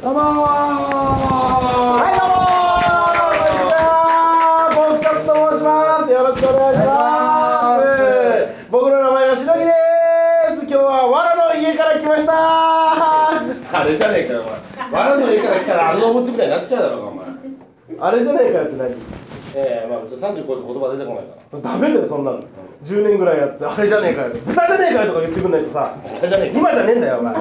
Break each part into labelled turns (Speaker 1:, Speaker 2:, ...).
Speaker 1: どうもーは
Speaker 2: はい、
Speaker 1: い
Speaker 2: どうもーこんにちはボンスカツと申しますよろしくお願いします僕の名前はしのぎです今日はわらの家から来ました
Speaker 1: あれじゃねえかよお前わらの家から来たらあのお餅みたいになっちゃうだろうがお前
Speaker 2: あれじゃねえかよって
Speaker 1: ええまあちょっと35って言葉出てこないから
Speaker 2: 何ダメだよそんなの10年ぐらいやっててあれじゃねえかよ豚じゃねえかよとか言ってくんないとさ
Speaker 1: 豚じゃねえか
Speaker 2: 今じゃねえんだよお前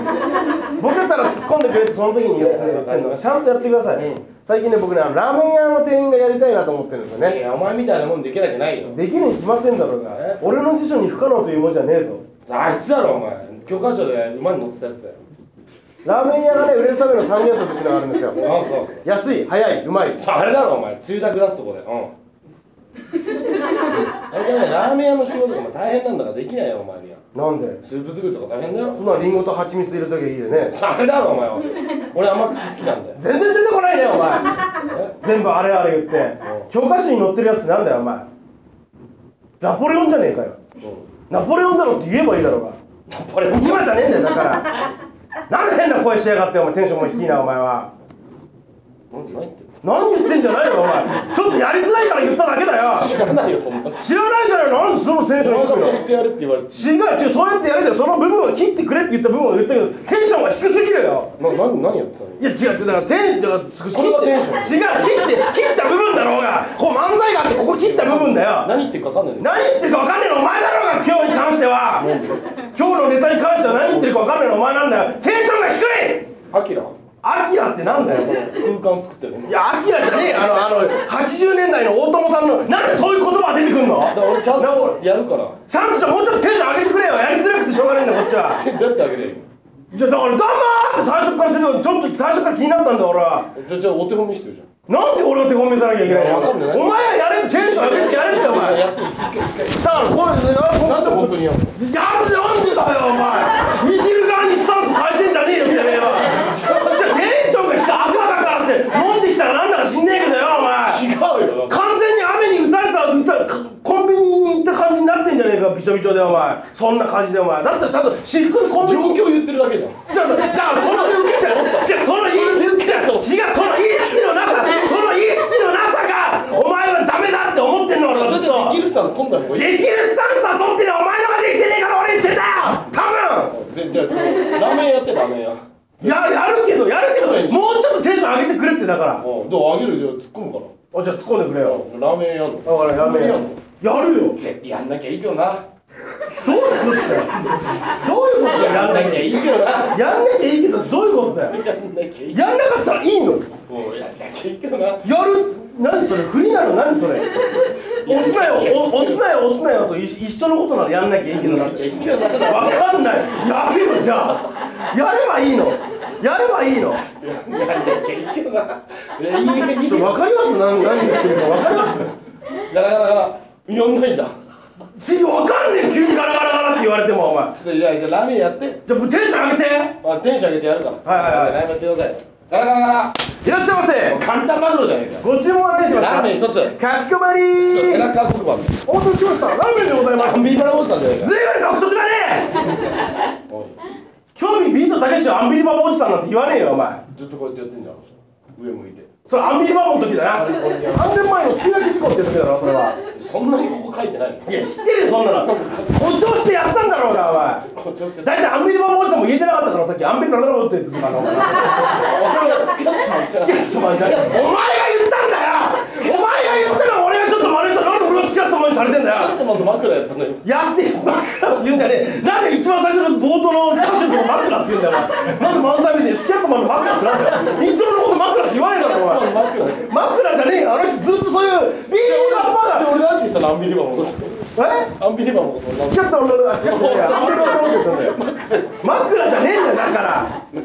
Speaker 2: ボケたら突っ込んでくれってその時に言ってくれってんのちゃんとやってください、
Speaker 1: うん
Speaker 2: 最近ね僕ねあのラーメン屋の店員がやりたいなと思ってるんですよね
Speaker 1: いやお前みたいなもんできるわけないよ
Speaker 2: できるに決まってんだろうが
Speaker 1: え
Speaker 2: 俺の辞書に不可能という文字はねえぞ
Speaker 1: あいつだろお前教科書で馬に乗ってたやつだよ
Speaker 2: ラーメン屋がね売れるための三原則っていうのがあるんですよ
Speaker 1: あそう
Speaker 2: 安い早いうまい
Speaker 1: あれだろお前中諾出すとこでうんあれじゃないラーメン屋の仕事とか大変なんだからできないよお前には
Speaker 2: なんで
Speaker 1: スープ作りとか大変だ
Speaker 2: そ
Speaker 1: よ
Speaker 2: んなリンゴと蜂蜜入れときゃいいよね
Speaker 1: あれだろお前は俺甘口好きなんだよ
Speaker 2: 全然出てこないねお前
Speaker 1: え
Speaker 2: 全部あれあれ言って
Speaker 1: うん
Speaker 2: 教科書に載ってるやつなんだよお前ナポレオンじゃねえかよ
Speaker 1: うん
Speaker 2: ナポレオンだろって言えばいいだろうが
Speaker 1: ナポレオン
Speaker 2: 今じゃねえんだよだからなんで変な声しやがってお前テンションも低いなお前は
Speaker 1: 何言ってんの
Speaker 2: 何言ってんじゃないよお前ちょっとやりづらいから言っただけだよ
Speaker 1: 知らないよそんな
Speaker 2: 知らないじゃないのなんでそのテンショ
Speaker 1: お
Speaker 2: ン
Speaker 1: 前
Speaker 2: 低い
Speaker 1: がそ
Speaker 2: の
Speaker 1: う言ってやるって言われて
Speaker 2: 違う違うそうやってやるじゃんその部分を切ってくれって言った部分を言ったけどテンションが低すぎるよ
Speaker 1: な何何やってたの
Speaker 2: いや違う違うだからテンだからそ
Speaker 1: れがテンション
Speaker 2: 違う切って切った部分だろうがこう漫才があってここ切った部分だよ
Speaker 1: 何言ってるか分かんない
Speaker 2: 何言っ
Speaker 1: んだよ
Speaker 2: てるか分かんねえのお前だろうが今日に関しては今日のネタに関しては何言ってるか分かんねえのお前なんだよテンションが低い
Speaker 1: アキラ
Speaker 2: アキラってなんだよこれ
Speaker 1: 空間作ってるの
Speaker 2: いやアキラじゃねえよあのあの80年代の大友さんのなんでそういう言葉が出てくんの
Speaker 1: だから俺ちゃんとやるから
Speaker 2: ちゃんとじゃあもうちょっとテンション上げてくれよやりづらくてしょうがないんだこっちは
Speaker 1: 手どうやってあげればいい
Speaker 2: じゃあだから黙って最初から出てくるちょっと最初から気になったんだ俺は
Speaker 1: のじゃあじゃあお手本見してよじゃん
Speaker 2: なんで俺を手本見せなきゃいけないの
Speaker 1: わかんない
Speaker 2: お前らやれテンション上げてやれってお前だ
Speaker 1: やっていい一回一回
Speaker 2: からこれな
Speaker 1: なんで本当にやるの
Speaker 2: になんでなんでだよお前見知る側にスタンス変えてんじゃねえよみたいなよじゃあテンションが朝だからって飲んできたらなんだか知んねえけどよお前
Speaker 1: 違うよだか
Speaker 2: 完全に雨に打たれた打たコンビニに行った感じになってんじゃねえかびちょびちょでお前そんな感じでお前だったらちゃんと私服でコン
Speaker 1: ら
Speaker 2: ビ
Speaker 1: 状
Speaker 2: ニ
Speaker 1: 況言ってるだけじゃん
Speaker 2: ちょっとだからその受けちゃう違うその意識違うその意識のなさその意識のなさがお前はダメだって思ってんの俺は
Speaker 1: そ
Speaker 2: ず
Speaker 1: れ
Speaker 2: っ
Speaker 1: で
Speaker 2: と
Speaker 1: できるスタンス取んない方がいい
Speaker 2: できるスタンスは取ってねお前のができてねえから俺言ってんだよ多分
Speaker 1: でじゃあじゃあラーメンやってラーメンや
Speaker 2: ややるけどやるけどもうちょっとテンション上げてくれってだから
Speaker 1: うんどうあげるよじゃあ突っ込むから
Speaker 2: おじゃあ突っ込んでくれよ
Speaker 1: ラーメンやるの
Speaker 2: だからやめよやるよ
Speaker 1: 絶対やんなきゃいいよな
Speaker 2: どういうことだよどういうことだよ
Speaker 1: やんなきゃいいよな
Speaker 2: やんなきゃいいけどどういうことだよ
Speaker 1: やんなきゃいい
Speaker 2: やんなかったらいいの
Speaker 1: もうやんなきゃいいよな
Speaker 2: やる何それ振りなの何それ押すなよお押すなよ押すなよと一一緒のことならやんなきゃいいけどな
Speaker 1: やんなきゃいいよな
Speaker 2: 分かんないやるよじゃあやればいいのやればいいの
Speaker 1: やんなきゃいいよないやいいよいい
Speaker 2: ちょ
Speaker 1: よ
Speaker 2: 分かります何何言ってるか分かります
Speaker 1: ガラガラガラやんないんだ
Speaker 2: ち分かんねえ急にガラガラガラって言われてもお前
Speaker 1: ちょっとじゃあじゃあラーメンやって
Speaker 2: じゃあもうテンション上げて
Speaker 1: あテンション上げてやるから
Speaker 2: はいはいはい
Speaker 1: ラーメンやってくださいガラガラガラ
Speaker 2: いらっしゃいませ
Speaker 1: 簡単マグロじゃねえかよ
Speaker 2: ご注文は何しますか
Speaker 1: ラーメン一つ
Speaker 2: かしこまり
Speaker 1: そう背中黒板で
Speaker 2: お待たせしましたラーメンでございます
Speaker 1: アンビバラボーさんじゃねえ
Speaker 2: 随
Speaker 1: かよ
Speaker 2: 分独特だね
Speaker 1: おい
Speaker 2: 興味ビートたけしをアンビリバボーおじさんなんて言わねえよお前
Speaker 1: ずっとこうやってやってんじゃん上向いて
Speaker 2: それアンビリバボーの時だな3年前の墜落事故って時だろそれは
Speaker 1: そんなにここ書いてないの
Speaker 2: いや知ってるよそんなの誇張してやったんだろうがお前
Speaker 1: 誇張してた
Speaker 2: 大体アンビリバボーおじさんも言えてなかったからさっきアンビリバボーって言ってたからお前
Speaker 1: お酒付き合ってもらってない
Speaker 2: お前が言ったんだよお前が言ったのを俺がちょっと真似したなんで俺の好きだってお前にされてんだよ
Speaker 1: 付き合ってもらって枕やったのよ
Speaker 2: やってマクラって言うんじゃねえなんで一番最初の冒頭の歌手のことマクラって言うんだよお前なんで漫才見てスキャットマンのマクラってなんだよイントロのことマクラって言わねえだろお前
Speaker 1: 枕じ
Speaker 2: マクラじゃねえよあの人ずっとそういうビールラッパ
Speaker 1: ゃあ俺なんてしたのアンビリバボー
Speaker 2: ーがえ
Speaker 1: アンビリバボーそんな
Speaker 2: スキャットマンのあ違う違う違うアンビリバボーって言ったんだよマクラじゃねえんだよだから
Speaker 1: 何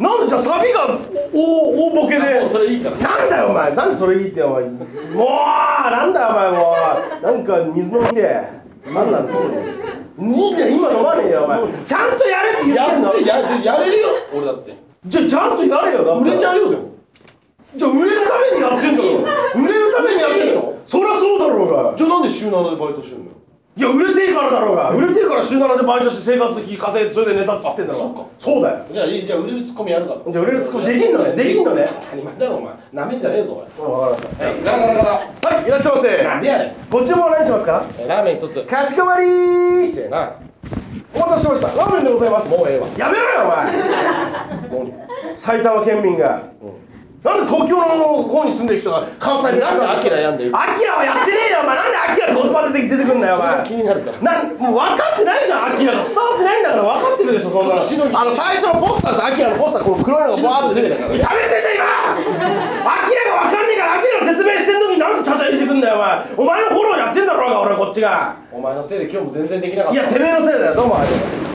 Speaker 2: なんでじゃあサビが大大ボケで
Speaker 1: もうそれいいから
Speaker 2: なんだよお前なんでそれいいってお前もうなんだよお前もうなんか水飲みでなんなんだよいいじゃん今飲まねえよお前ちゃんとやれって言ってん
Speaker 1: や
Speaker 2: の
Speaker 1: ってやってやれるよ俺だって
Speaker 2: じゃあちゃんとやれよだ
Speaker 1: 売れちゃ
Speaker 2: う
Speaker 1: うよでも
Speaker 2: じゃあ売れるためにやってんだろ売れるためにやってんのそりゃそうだろうが
Speaker 1: じゃあなんで週7でバイトしてんのよ
Speaker 2: いや売れていいからだろうが売れていいから週7でバイトして生活費稼いでそれでネタっつってんだろ
Speaker 1: そっか
Speaker 2: そうだよ
Speaker 1: じゃあいいじゃあ売れるツッコミやるかと
Speaker 2: じゃあ売れるツッコミできんのねできんのね
Speaker 1: 当たり前だろお前なめんじゃねえぞ
Speaker 2: わかりま
Speaker 1: おいはいガラガラガラ
Speaker 2: したはいいらっしゃいませ
Speaker 1: なんでやねん
Speaker 2: ご注文何しますか
Speaker 1: えラーメン一つ
Speaker 2: かしこまりー
Speaker 1: せえな
Speaker 2: お待たせしましたラーメンでございます
Speaker 1: もうええわ
Speaker 2: やめろよお前埼玉県民がなんで東京の方に住んでる人が関西に
Speaker 1: なんでアキラやんでる
Speaker 2: アキラはやってねえよお前なんでアキラって言葉で出てくんだよお前
Speaker 1: それが気になるから
Speaker 2: なんもう分かってないじゃんアキラが伝わってないんだから分かってるでしょそんなの
Speaker 1: それ白い
Speaker 2: あの最初のポスターさアキラのポスターこの黒いのがバーって出てるやめてんだ今アキラが分かんねえからアキラの説明してんのになんでちゃちゃ入れてくんだよお前お前のフォローやってんだろうが俺こっちが
Speaker 1: お前のせいで今日も全然できなかっ
Speaker 2: いや
Speaker 1: た
Speaker 2: てめえのせいだよどうもありがとう